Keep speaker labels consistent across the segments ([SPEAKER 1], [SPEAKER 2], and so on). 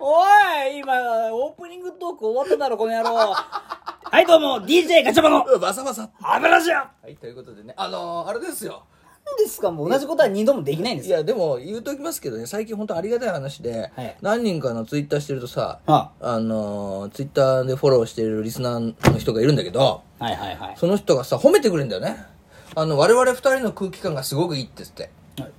[SPEAKER 1] おい今オープニングトーク終わっただろこの野郎はいどうも DJ ガチャバの
[SPEAKER 2] バサバサ
[SPEAKER 1] アベラジアな
[SPEAKER 2] はいということでねあのー、あれですよ
[SPEAKER 1] んですかもう同じことは二度もできないんです
[SPEAKER 2] い
[SPEAKER 1] よ
[SPEAKER 2] やでも言うときますけどね最近本当ありがたい話で、
[SPEAKER 1] はい
[SPEAKER 2] 何人かのツイッターしてるとさ
[SPEAKER 1] あ
[SPEAKER 2] あのー、ツイッターでフォローしてるリスナーの人がいるんだけど
[SPEAKER 1] はいはいはい
[SPEAKER 2] その人がさ褒めてくれるんだよねあの我々二人の空気感がすごくいいって言って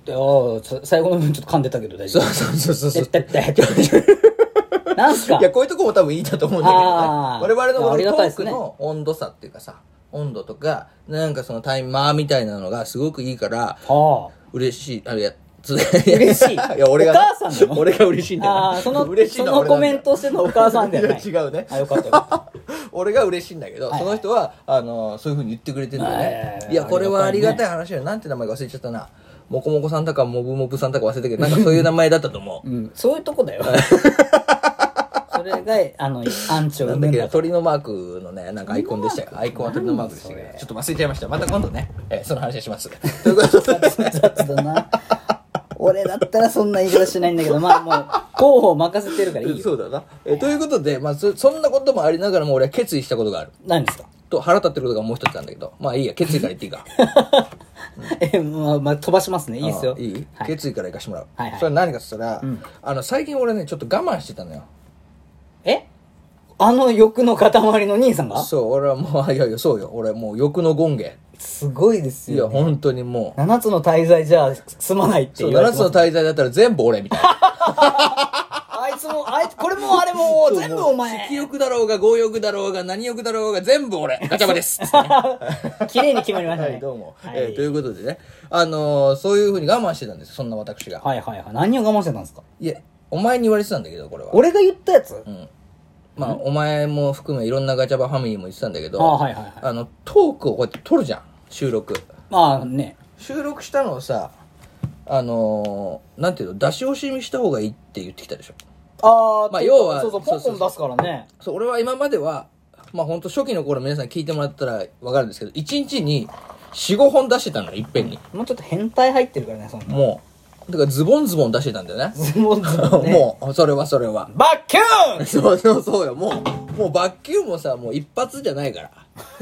[SPEAKER 1] でおーさ最後の分ちょっと噛んでたけど大丈
[SPEAKER 2] そう
[SPEAKER 1] 夫
[SPEAKER 2] そうそうそう
[SPEAKER 1] て
[SPEAKER 2] そ
[SPEAKER 1] っ
[SPEAKER 2] う
[SPEAKER 1] てってってなんすか
[SPEAKER 2] いやこういうとこも多分いいんだと思うんだけどね
[SPEAKER 1] あー
[SPEAKER 2] 我々のこ
[SPEAKER 1] ありが
[SPEAKER 2] の
[SPEAKER 1] た
[SPEAKER 2] ト
[SPEAKER 1] いで
[SPEAKER 2] ー
[SPEAKER 1] す
[SPEAKER 2] ク
[SPEAKER 1] ね
[SPEAKER 2] の温度差っていうかさ温度とかなんかそのタイマーみたいなのがすごくいいから
[SPEAKER 1] は
[SPEAKER 2] 嬉しいあいやつ
[SPEAKER 1] 嬉しい
[SPEAKER 2] いや俺が
[SPEAKER 1] お母さんなの
[SPEAKER 2] 俺が嬉しいんだよ
[SPEAKER 1] あ
[SPEAKER 2] な
[SPEAKER 1] あーその
[SPEAKER 2] 嬉しい
[SPEAKER 1] そ
[SPEAKER 2] は
[SPEAKER 1] の
[SPEAKER 2] 俺な
[SPEAKER 1] コ
[SPEAKER 2] んだ
[SPEAKER 1] メントをしてるのはお母さんではない
[SPEAKER 2] い や違うね
[SPEAKER 1] あよかったよかった
[SPEAKER 2] 俺が嬉しいんだけど、
[SPEAKER 1] はい
[SPEAKER 2] その人はあのそういうふうに言ってくれてるんだよね、
[SPEAKER 1] はい
[SPEAKER 2] いやこれ
[SPEAKER 1] あ
[SPEAKER 2] はあ
[SPEAKER 1] り
[SPEAKER 2] り
[SPEAKER 1] が
[SPEAKER 2] が
[SPEAKER 1] た
[SPEAKER 2] たい話だよなんて名前か忘れちゃったなもこもこさんだかもぶもぶさんだか忘れたけどなんかそういう名前だったと思 う
[SPEAKER 1] うんそういうとこだよそれがあのアンチを
[SPEAKER 2] な
[SPEAKER 1] 生
[SPEAKER 2] ん
[SPEAKER 1] む
[SPEAKER 2] だっ
[SPEAKER 1] ん
[SPEAKER 2] け
[SPEAKER 1] だ
[SPEAKER 2] な
[SPEAKER 1] と
[SPEAKER 2] 鳥のマークのねなんかアイコンでしたよアイコンは鳥のマークでしたけ
[SPEAKER 1] なんだそ
[SPEAKER 2] ど
[SPEAKER 1] れ
[SPEAKER 2] ちょっと忘れちゃいましたまた今度ね、えーその話はしま すということで
[SPEAKER 1] 雑だな俺だったらそんな言い方しないんだけどまあもう候補を任せてるからいいよ
[SPEAKER 2] そうだな、えーということで、まあ、そそんなこともありながらも俺は決意したことがある
[SPEAKER 1] 何ですか
[SPEAKER 2] と腹立ってることがもう一つなんだけどまあいいや決意から言っていいか
[SPEAKER 1] えまあまあ飛ばします ねいいですよ
[SPEAKER 2] あいい、
[SPEAKER 1] はい
[SPEAKER 2] 決意からいかしてもらう、
[SPEAKER 1] はいはい
[SPEAKER 2] それは何かっつったら、
[SPEAKER 1] ん
[SPEAKER 2] あの最近俺ねちょっと我慢してたのよ
[SPEAKER 1] えあの欲の塊の兄さんが
[SPEAKER 2] そう俺はもうあいやいやそうよ俺もう欲の権限
[SPEAKER 1] すごいです
[SPEAKER 2] いや
[SPEAKER 1] よ
[SPEAKER 2] 本当にもう
[SPEAKER 1] 7つの滞在じゃ済まないって
[SPEAKER 2] そう
[SPEAKER 1] 言われ
[SPEAKER 2] 7
[SPEAKER 1] て
[SPEAKER 2] つ
[SPEAKER 1] ま
[SPEAKER 2] の
[SPEAKER 1] す
[SPEAKER 2] 滞在だったら全部俺みたいな
[SPEAKER 1] あいつもあいつこれもあれ も全部お前
[SPEAKER 2] 色欲だろうが強欲だろうが何欲だろうが全部俺ガチャバです は
[SPEAKER 1] 綺麗に決まりましたね
[SPEAKER 2] いどうも、
[SPEAKER 1] はい
[SPEAKER 2] えーということでねあのーそういうふうに我慢してたんですそんな私が
[SPEAKER 1] はいはいはい何を我慢してたんですか
[SPEAKER 2] いやお前に言われてたんだけどこれは
[SPEAKER 1] 俺が言ったやつ
[SPEAKER 2] うんまあお前も含めいろんなガチャバファミリーも言ってたんだけど
[SPEAKER 1] あはいはいはい
[SPEAKER 2] あのトークをこうやって撮るじゃん収録
[SPEAKER 1] まあね
[SPEAKER 2] 収録したのをさあのーなんていうの出し惜しみした方がいいって言ってきたでしょ
[SPEAKER 1] あーっ
[SPEAKER 2] まあ
[SPEAKER 1] ていうか
[SPEAKER 2] 要は
[SPEAKER 1] そうそうポ
[SPEAKER 2] そ
[SPEAKER 1] ンポ
[SPEAKER 2] うそ
[SPEAKER 1] ン
[SPEAKER 2] う
[SPEAKER 1] 出すからね
[SPEAKER 2] そう俺は今まではまあ本当初期の頃皆さん聞いてもらったら分かるんですけど1日に45本出してたのいっぺんに
[SPEAKER 1] もうちょっと変態入ってるからねそんな
[SPEAKER 2] もうだからズボンズボン出してたんだよね
[SPEAKER 1] もう
[SPEAKER 2] もうそれはそれは
[SPEAKER 1] バッキュー ン
[SPEAKER 2] そうそうそうよもうもうバッキューもさもう一発じゃないから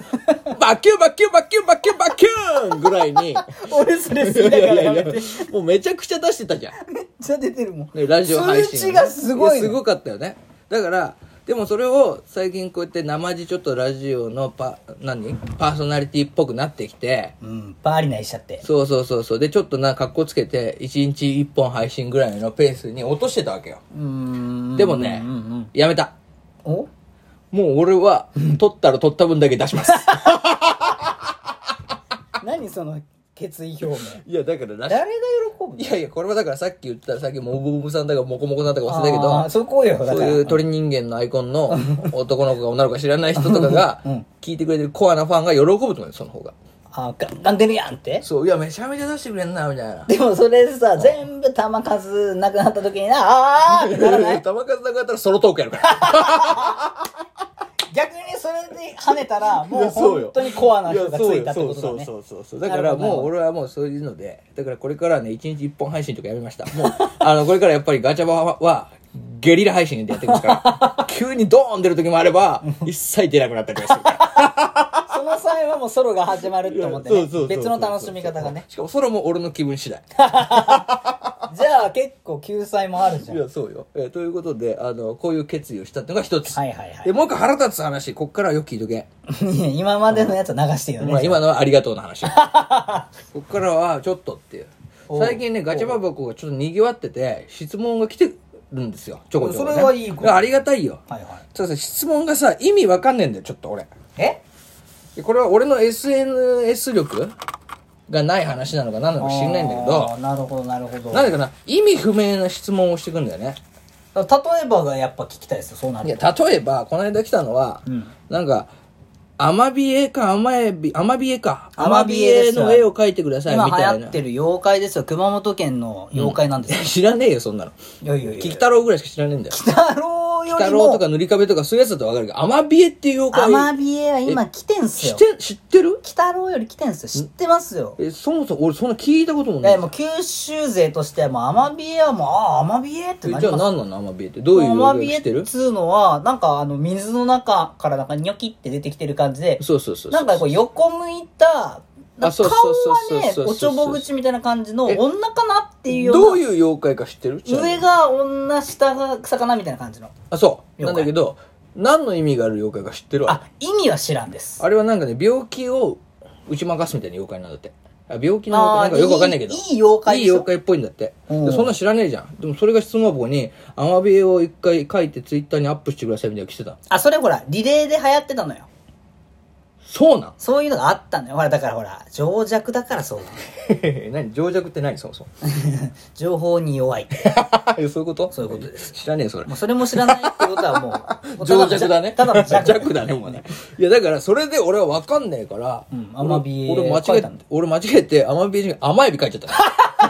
[SPEAKER 2] バッキューバッキューバッキューバッキューバッキューンぐらい にい
[SPEAKER 1] 俺それ好きだ
[SPEAKER 2] や
[SPEAKER 1] か
[SPEAKER 2] い
[SPEAKER 1] らや
[SPEAKER 2] やい
[SPEAKER 1] め
[SPEAKER 2] や
[SPEAKER 1] てめっ
[SPEAKER 2] もうめちゃくちゃ出してたじゃん
[SPEAKER 1] ちゃ出てるもん
[SPEAKER 2] ね、ラジオ配信、ね、
[SPEAKER 1] 数値がすごい,、ね、
[SPEAKER 2] やすごかったよねだからでもそれを最近こうやって生地ちょっとラジオのパ何パーソナリティっぽくなってきて
[SPEAKER 1] うんバーリナイしちゃって
[SPEAKER 2] そうそうそうそうでちょっとな格好つけて1日1本配信ぐらいのペースに落としてたわけよ
[SPEAKER 1] うーん
[SPEAKER 2] でもね、
[SPEAKER 1] うんうん
[SPEAKER 2] やめた
[SPEAKER 1] お
[SPEAKER 2] もう俺は取ったら取った分だけ出します
[SPEAKER 1] 何その決意表明
[SPEAKER 2] いやだからラジ
[SPEAKER 1] 誰が喜ぶ
[SPEAKER 2] いやいやこれはだからさっき言ったさっきもぼぼさんだかもこもこさんだか忘れたけど
[SPEAKER 1] あーそこよだから
[SPEAKER 2] そういう鳥人間のアイコンの男の子が女の子が知らない人とかが
[SPEAKER 1] うん
[SPEAKER 2] 聞いてくれてるコアなファンが喜ぶと思うよその方が
[SPEAKER 1] あーガンガン出るやんって
[SPEAKER 2] そういやめちゃめちゃ出してくれんなみたい な
[SPEAKER 1] でもそれさ全部弾数なくなった時になあーってならない
[SPEAKER 2] 球数なくなったらソロトークやるから
[SPEAKER 1] 逆にそれで跳ねたらもう
[SPEAKER 2] いやそうよ
[SPEAKER 1] 本当にコアな人がつ
[SPEAKER 2] そうよ
[SPEAKER 1] いたってことだね
[SPEAKER 2] そうそうそうそうだか
[SPEAKER 1] なる
[SPEAKER 2] ら
[SPEAKER 1] ほど
[SPEAKER 2] もう俺はもうそういうのでだからこれからはね一日一本配信とかやめましたもう あのこれからやっぱりガチャバははゲリラ配信でやっていくから 急にドーン出る時もあれば一切出なくなったりとかす るから
[SPEAKER 1] その際はもうソロが始まるって思ってね
[SPEAKER 2] そうそうそうそう
[SPEAKER 1] 別の楽しみ方がね
[SPEAKER 2] しかもそれも俺の気分次第
[SPEAKER 1] じゃあ結構救済もあるじゃ
[SPEAKER 2] い
[SPEAKER 1] ん
[SPEAKER 2] やそうよ、えーということであのこういう決意をしたっていうのが一つ、
[SPEAKER 1] はいはいはい
[SPEAKER 2] でもう一個腹立つ話こっからはよく聞いとけ、
[SPEAKER 1] いや今までのやつは流してよね、
[SPEAKER 2] まあ、今のはありがとう の話こっからはちょっとっていう
[SPEAKER 1] おう
[SPEAKER 2] 最近ねガチャバ箱がちょっとにぎわってて質問が来てるんですよちょこちょこ、ね、
[SPEAKER 1] それはいいこと
[SPEAKER 2] やありがたいよ
[SPEAKER 1] はいはい
[SPEAKER 2] たださ質問がさ意味わかんねえんだよちょっと俺
[SPEAKER 1] え
[SPEAKER 2] でこれは俺の SNS 力がない話なのか何なのか知んないんだけ
[SPEAKER 1] あ
[SPEAKER 2] ど
[SPEAKER 1] ーなるほどなるほど
[SPEAKER 2] なんでかな意味不明な質問をしてくんだよね
[SPEAKER 1] 例えばがやっぱ聞きたいですよそうなる
[SPEAKER 2] い
[SPEAKER 1] と
[SPEAKER 2] や例えばこの間来たのは、
[SPEAKER 1] うん
[SPEAKER 2] なんかアマビエか、アマエビ、アマビエか。
[SPEAKER 1] アマビエです
[SPEAKER 2] アマの絵を描いてください、
[SPEAKER 1] 今
[SPEAKER 2] みたいな。
[SPEAKER 1] 流行ってる妖怪ですよ。熊本県の妖怪なんですよ。
[SPEAKER 2] 知らねえよ、そんなの。
[SPEAKER 1] いやいやいや。
[SPEAKER 2] キキタロウぐらいしか知らねえんだよ。
[SPEAKER 1] 鬼太郎よ
[SPEAKER 2] キタ
[SPEAKER 1] り
[SPEAKER 2] ロウと
[SPEAKER 1] も、
[SPEAKER 2] か塗り壁とかそういうやつだとわかるけど、アマビエっていう
[SPEAKER 1] ア
[SPEAKER 2] 妖
[SPEAKER 1] マ
[SPEAKER 2] 怪。
[SPEAKER 1] ビエは今来てんす
[SPEAKER 2] 知
[SPEAKER 1] よ
[SPEAKER 2] っ。て、知ってる
[SPEAKER 1] 鬼太郎より来てんすよ。知ってますよ。
[SPEAKER 2] え、そもそも俺そんな聞いたこともない。
[SPEAKER 1] え、もう九州勢としてはもうアマビエはもう、ああ、アマビエって
[SPEAKER 2] え
[SPEAKER 1] な
[SPEAKER 2] じ
[SPEAKER 1] り
[SPEAKER 2] ゃあ
[SPEAKER 1] ます
[SPEAKER 2] 何なのアマビエって。どういう
[SPEAKER 1] アマ
[SPEAKER 2] 妖
[SPEAKER 1] ビエ
[SPEAKER 2] 怪
[SPEAKER 1] っ
[SPEAKER 2] 知って
[SPEAKER 1] てい
[SPEAKER 2] る
[SPEAKER 1] うのは、なんかあの、水の中からなんかニョキって出てきてる感じで、
[SPEAKER 2] そうそうそうそう。
[SPEAKER 1] なんかこう横向いた、な
[SPEAKER 2] あ
[SPEAKER 1] んか
[SPEAKER 2] そう
[SPEAKER 1] 顔
[SPEAKER 2] そうそうそう
[SPEAKER 1] はね、
[SPEAKER 2] そうそう
[SPEAKER 1] おちょぼ口みたいな感じの
[SPEAKER 2] え
[SPEAKER 1] 女かなっていうような。
[SPEAKER 2] どういう妖怪か知ってるちなみに
[SPEAKER 1] 上が女、下が魚みたいな感じの。
[SPEAKER 2] あ、そう。
[SPEAKER 1] 妖怪
[SPEAKER 2] なんだけど、何の意味がある妖怪か知ってるあ
[SPEAKER 1] あ、意味は知らんです。
[SPEAKER 2] あれはなんかね、病気を打ち負かすみたいな妖怪なんだって。あ病気の
[SPEAKER 1] あー
[SPEAKER 2] 妖怪なんかよくわかんないけど。
[SPEAKER 1] いいいい妖怪で
[SPEAKER 2] い
[SPEAKER 1] し
[SPEAKER 2] い
[SPEAKER 1] ょ
[SPEAKER 2] 妖怪っぽいんだって。
[SPEAKER 1] うん
[SPEAKER 2] でそんなん知らねえじゃん。でもそれが質問箱に、アマビエを一回書いてツイッターにアップしてくださいみたいなの来てた。
[SPEAKER 1] あ、それほら、リレーで流行ってたのよ。
[SPEAKER 2] そ うなん
[SPEAKER 1] そういうのがあったのよ。ほら、だからほら、情弱だからそうなの。
[SPEAKER 2] 何情弱って何そもそも。
[SPEAKER 1] 情報に弱い。
[SPEAKER 2] え そういうこと
[SPEAKER 1] そういうことです。
[SPEAKER 2] 知らねえそれ
[SPEAKER 1] も。うそれも知らないってことはもうもうた
[SPEAKER 2] 情
[SPEAKER 1] の
[SPEAKER 2] 弱だね。
[SPEAKER 1] ただの弱。
[SPEAKER 2] 弱だね、もうね。いや、だから、それで俺は分かんないから、
[SPEAKER 1] うんアマビエ
[SPEAKER 2] 俺俺間
[SPEAKER 1] 書
[SPEAKER 2] 違
[SPEAKER 1] い
[SPEAKER 2] え
[SPEAKER 1] たんだ、
[SPEAKER 2] 俺間違えて、アマビエに甘エビ書いち ゃっ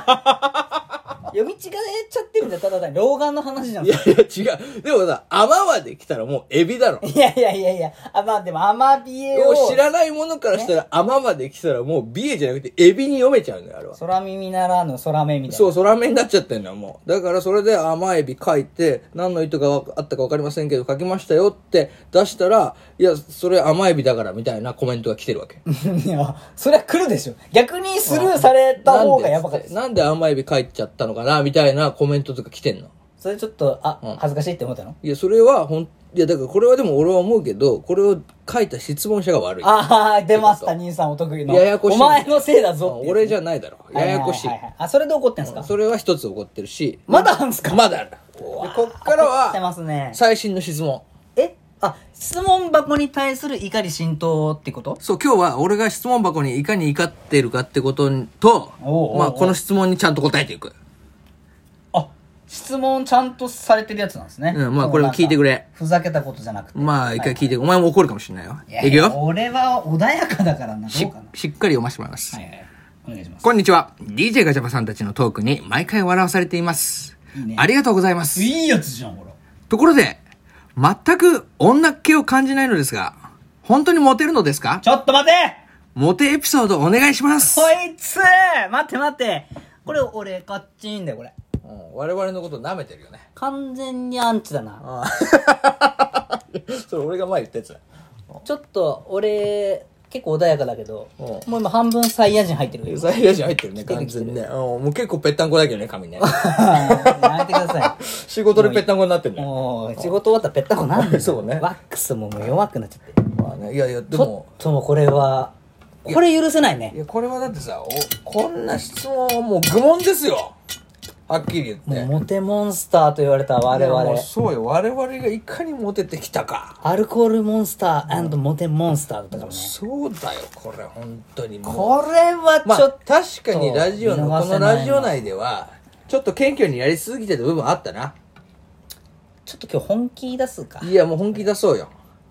[SPEAKER 2] た。
[SPEAKER 1] 読み違えちゃってるんだよ、ただ単に老眼の話じゃん。
[SPEAKER 2] い
[SPEAKER 1] い
[SPEAKER 2] やいや、違う。でもさ、甘まで来たらもうエビだろ。
[SPEAKER 1] やいやいやいや、あ、まあでも、アマビエを、
[SPEAKER 2] 知らないものからしたら、甘まで来たらもうビエじゃなくてエビに読めちゃうんだよ、あれは。
[SPEAKER 1] 空耳ならぬ空目みたいな。
[SPEAKER 2] そう、空目になっちゃってんのよ、もう。だからそれで甘エビ書いて、何の意図がわあったか分かりませんけど、書きましたよって出したら、いや、それ甘エビだから、みたいなコメントが来てるわけ。
[SPEAKER 1] いや、それは来るでしょ。逆にスルーされた方がやばかったです。
[SPEAKER 2] なんで甘エビ書いちゃったのかな、みたいなコメントとか来てんの。
[SPEAKER 1] それちょっと、あ、
[SPEAKER 2] うん
[SPEAKER 1] 恥ずかしいって思ったの
[SPEAKER 2] いや、それはほん、いや、だからこれはでも俺は思うけど、これを書いた質問者が悪い。
[SPEAKER 1] ああ、出ました、兄さんお得意の。
[SPEAKER 2] ややこしい
[SPEAKER 1] お前のせいだぞっていう。
[SPEAKER 2] 俺じゃないだろ。ややこしい
[SPEAKER 1] は。はははあ、それで怒ってんすか
[SPEAKER 2] それは一つ怒ってるし、
[SPEAKER 1] まだあんすか
[SPEAKER 2] まだある。でこっから
[SPEAKER 1] 怒って
[SPEAKER 2] は、
[SPEAKER 1] ますね。
[SPEAKER 2] 最新の質問。
[SPEAKER 1] えあ、質問箱に対する怒り浸透ってこと
[SPEAKER 2] そう、今日は俺が質問箱にいかに怒ってるかってことと、
[SPEAKER 1] おうおうおう
[SPEAKER 2] まあ、この質問にちゃんと答えていく。
[SPEAKER 1] あ、質問ちゃんとされてるやつなんですね。
[SPEAKER 2] うんまあこれは聞いてくれ
[SPEAKER 1] ふざけたことじゃなくて。
[SPEAKER 2] まあ、一回聞いて、お前も怒るかもしれないよ。
[SPEAKER 1] や
[SPEAKER 2] いく
[SPEAKER 1] や
[SPEAKER 2] よ。
[SPEAKER 1] 俺は穏やかだからな、
[SPEAKER 2] し
[SPEAKER 1] どうかな。
[SPEAKER 2] しっかり読ませてもらいます。
[SPEAKER 1] はいはい。お願いします。
[SPEAKER 2] こんにちは。DJ ガチャバさんたちのトークに毎回笑わされています。
[SPEAKER 1] いいね
[SPEAKER 2] ありがとうございます。
[SPEAKER 1] いいやつじゃん、ほら。
[SPEAKER 2] ところで、全く女っ気を感じないのですが、本当にモテるのですか
[SPEAKER 1] ちょっと待て
[SPEAKER 2] モテエピソードお願いします。
[SPEAKER 1] こいつ待って待ってこれ俺、カッチンだよ、これ。
[SPEAKER 2] 我々のこと舐めてるよね。
[SPEAKER 1] 完全にアンチだな。
[SPEAKER 2] それ俺が前言ったやつだ。
[SPEAKER 1] ちょっと、俺、結構穏やかだけど、
[SPEAKER 2] うん
[SPEAKER 1] もう今半分サイヤ人入ってるよ。
[SPEAKER 2] サイヤ人入ってるね、
[SPEAKER 1] てる
[SPEAKER 2] 完全にね。うんもう結構ぺったんこだけどね、髪 ね。
[SPEAKER 1] やめてくださ
[SPEAKER 2] 仕事でぺったんこになってる
[SPEAKER 1] い。
[SPEAKER 2] ね。
[SPEAKER 1] もう、仕事終わったらぺったこなんだよ
[SPEAKER 2] そうね
[SPEAKER 1] ワックスももう弱くなっちゃって。
[SPEAKER 2] まあね、いやいや、で
[SPEAKER 1] ちょ
[SPEAKER 2] も、
[SPEAKER 1] っともうこれは、これ許せない
[SPEAKER 2] い
[SPEAKER 1] ね。
[SPEAKER 2] や、これはだってさ、おこんな質問はもう愚問ですよ。はっきり言って。
[SPEAKER 1] もうモテモンスターと言われた我
[SPEAKER 2] いやもう
[SPEAKER 1] 々。
[SPEAKER 2] そうよ。我々がいかにモテてきたか。
[SPEAKER 1] アルコールモンスターモテモンスターだったからね。
[SPEAKER 2] そうだよ、これ、本当にもう。
[SPEAKER 1] これは
[SPEAKER 2] ま
[SPEAKER 1] ちょっ
[SPEAKER 2] あ
[SPEAKER 1] と、、
[SPEAKER 2] 確かにラジオの、
[SPEAKER 1] 見逃
[SPEAKER 2] こ
[SPEAKER 1] せな
[SPEAKER 2] の
[SPEAKER 1] いな
[SPEAKER 2] ラジオ内では、ちょっと謙虚にやりすぎてた部分あったな。
[SPEAKER 1] ちょっと今日本気出すか。も
[SPEAKER 2] いや、もう本気出そうよ。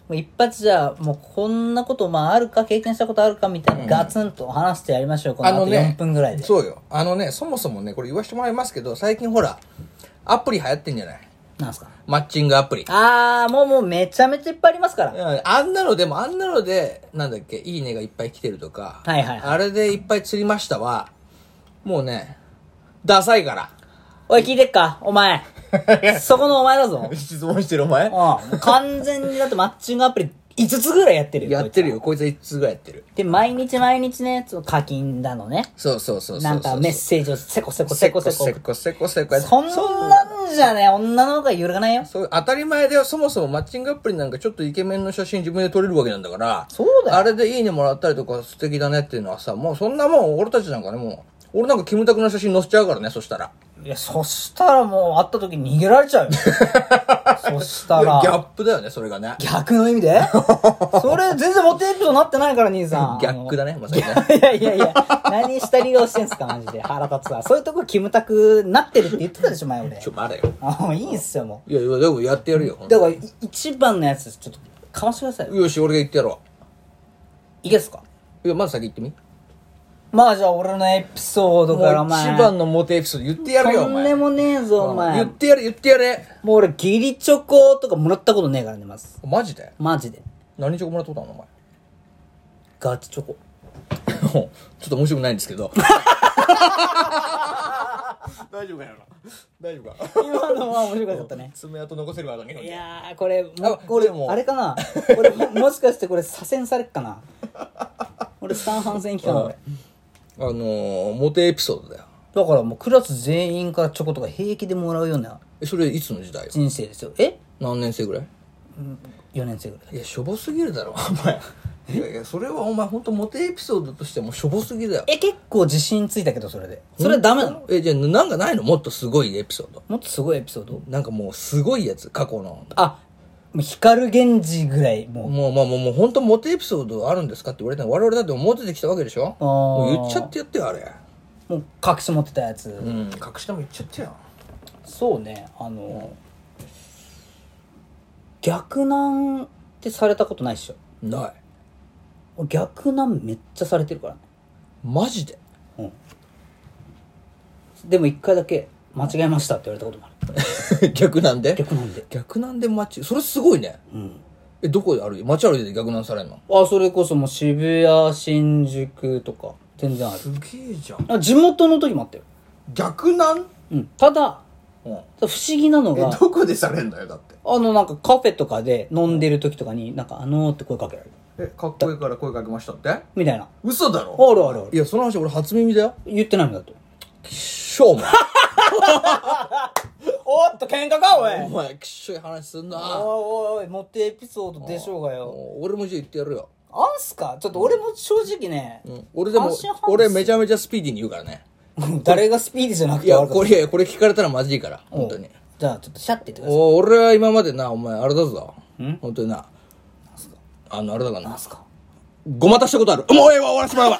[SPEAKER 1] う一発じゃあ、もうこんなこと、まああるか、経験したことあるかみたいな、ガツンと話してやりましょう。この後4分ぐらいで。
[SPEAKER 2] そうよ。あのね、そもそもね、これ言わせてもらいますけど、最近ほら、アプリ流行ってんじゃない
[SPEAKER 1] なんすか
[SPEAKER 2] マッチングアプリ。
[SPEAKER 1] あー、もうもうめちゃめちゃいっぱいありますから。
[SPEAKER 2] うんあんなのでも、あんなので、なんだっけ、いいねがいっぱい来てるとか、
[SPEAKER 1] はいはいはい
[SPEAKER 2] あれでいっぱい釣りましたは、もうね、ダサいから。
[SPEAKER 1] おい、聞いてっかお前。 そこのお前だぞ。
[SPEAKER 2] 質問してるお前
[SPEAKER 1] うん。もう完全にだってマッチングアプリ5つぐらいやってるよ。
[SPEAKER 2] やってる
[SPEAKER 1] こい
[SPEAKER 2] よ。こいつはいつぐらいやってる。
[SPEAKER 1] つは。で、毎日毎日ね、その課金だのね。
[SPEAKER 2] そうそうそうそうそう。
[SPEAKER 1] なんかメッセージをせこせこ
[SPEAKER 2] せ
[SPEAKER 1] せこ
[SPEAKER 2] こせ
[SPEAKER 1] せ
[SPEAKER 2] こ
[SPEAKER 1] こ
[SPEAKER 2] せ。こせこせこ
[SPEAKER 1] そんなんじゃね、女の方が揺るがないよ。
[SPEAKER 2] そう当たり前だよ。そもそもマッチングアプリなんかちょっとイケメンの写真自分で撮れるわけなんだから。
[SPEAKER 1] そうだよ
[SPEAKER 2] あれでいいねもらったりとか素敵だねっていうのはさ、もうそんなもん俺たちなんかね、もう。俺なんかキムタクの写真載せちゃうからね、そしたら。
[SPEAKER 1] いや、そしたらもう会った時に逃げられち ゃうよ。そした
[SPEAKER 2] いやギャ
[SPEAKER 1] ら。
[SPEAKER 2] ップだよね、それがね。
[SPEAKER 1] 逆の意味 でそれ全然モテエピソードなってないから、兄さん。
[SPEAKER 2] 逆だね、まさにね。
[SPEAKER 1] いやいやいや、何したり顔してんすか、マジで。腹立つわ。そういうとこ、キムタクなってるって言ってたでしょ、前俺
[SPEAKER 2] ち。ょ、待れよ。
[SPEAKER 1] あ、もういいんすよ、も
[SPEAKER 2] いやいや、でもやってやるよ
[SPEAKER 1] う。。だから、い一番のやつ、ちょっと、かましてくださいよ。
[SPEAKER 2] よし、俺が言ってやろ
[SPEAKER 1] いけっすか
[SPEAKER 2] いやまず先言ってみ
[SPEAKER 1] まあじゃあ俺のエピソード
[SPEAKER 2] もう
[SPEAKER 1] からお前
[SPEAKER 2] 一番のモテエピソード言ってやるよお
[SPEAKER 1] とんで
[SPEAKER 2] 前
[SPEAKER 1] もねえぞお前
[SPEAKER 2] 言ってやれ言ってやれ
[SPEAKER 1] もう俺ギリチョコとかもらったことねえからねまず
[SPEAKER 2] マジで
[SPEAKER 1] マジで
[SPEAKER 2] 何チョコもらったことあるのお前
[SPEAKER 1] ガチチョコ
[SPEAKER 2] ちょっと面白くないんです けど。大丈夫かよ大丈夫か。
[SPEAKER 1] 今のは面白かったね
[SPEAKER 2] 爪痕残せるわ、日本
[SPEAKER 1] い
[SPEAKER 2] に。
[SPEAKER 1] やーこれ
[SPEAKER 2] あ
[SPEAKER 1] も俺
[SPEAKER 2] でも
[SPEAKER 1] あれかな俺も もしかしてこれ左遷されっかな俺スタン反戦期かな俺
[SPEAKER 2] あのー、モテエピソードだよ。
[SPEAKER 1] だからもうクラス全員からチョコとか平気でもらうような
[SPEAKER 2] え、それいつの時代
[SPEAKER 1] 人生ですよえ
[SPEAKER 2] 何年生ぐらい
[SPEAKER 1] 4年生ぐらい
[SPEAKER 2] いや、しょぼすぎるだろ、お前。いやいや、それはお前、ほんとモテエピソードとしてもしょぼすぎだよ。
[SPEAKER 1] え結構自信ついたけどそれでそれはダメなの
[SPEAKER 2] え、じゃあ、なんかないのもっとすごいエピソード。
[SPEAKER 1] もっとすごいエピソード
[SPEAKER 2] なんかもう、すごいやつ、過去の。
[SPEAKER 1] あもう光源氏ぐらいもう
[SPEAKER 2] もう、まあ、もう、もう、ほんとモテエピソードあるんですかって言われたら、我々だってモテてきたわけでしょ
[SPEAKER 1] あー
[SPEAKER 2] もう言っちゃってやってよ、あれ。
[SPEAKER 1] もう隠し持ってたやつ、
[SPEAKER 2] うん、隠し玉言っちゃってよ。
[SPEAKER 1] そうねあの、逆難ってされたことないっしょ
[SPEAKER 2] ない
[SPEAKER 1] 俺逆難めっちゃされてるからね
[SPEAKER 2] マジで
[SPEAKER 1] でも一回だけ間違えましたって言われたこともある
[SPEAKER 2] 逆なんで
[SPEAKER 1] 逆難で
[SPEAKER 2] 逆なんで街それすごいね、えどこで歩いて街歩いてて逆なんされんの
[SPEAKER 1] あそれこそもう渋谷新宿とか全然ある
[SPEAKER 2] すげえじゃん
[SPEAKER 1] あ地元の時もあったよ、
[SPEAKER 2] 逆なん、
[SPEAKER 1] うん、ただ
[SPEAKER 2] うん、え
[SPEAKER 1] 不思議なのが
[SPEAKER 2] どこでされんのよだって
[SPEAKER 1] あのなんかカフェとかで飲んでる時とかになんかあのーって声かけられる
[SPEAKER 2] えかっこいいから声かけましたって
[SPEAKER 1] みたいな
[SPEAKER 2] 嘘だろ
[SPEAKER 1] あるあるある
[SPEAKER 2] いやその話俺初耳だよ
[SPEAKER 1] 言ってないんだと
[SPEAKER 2] きっしょお前
[SPEAKER 1] おっと喧嘩かおい
[SPEAKER 2] お前きっしょい話すんな
[SPEAKER 1] おいおいモテエピソードでしょうがよ
[SPEAKER 2] もう俺もじゃあ言ってやるよ、
[SPEAKER 1] あんすかちょっと俺も正直ね
[SPEAKER 2] うん、俺でも
[SPEAKER 1] 安心半分
[SPEAKER 2] 俺めちゃめちゃスピーディーに言うからね
[SPEAKER 1] 誰がスピーディーじゃなく
[SPEAKER 2] い
[SPEAKER 1] て
[SPEAKER 2] や
[SPEAKER 1] 悪かっ
[SPEAKER 2] これいやこれ聞かれたらマジいいから
[SPEAKER 1] た
[SPEAKER 2] 本当に
[SPEAKER 1] じゃあちょっとシャッて言ってください
[SPEAKER 2] お俺は今までなお前あれだぞ本当になあのあれだから
[SPEAKER 1] な
[SPEAKER 2] なん
[SPEAKER 1] すか
[SPEAKER 2] ごまたしたことあるもうええわ終わらせてもらうわ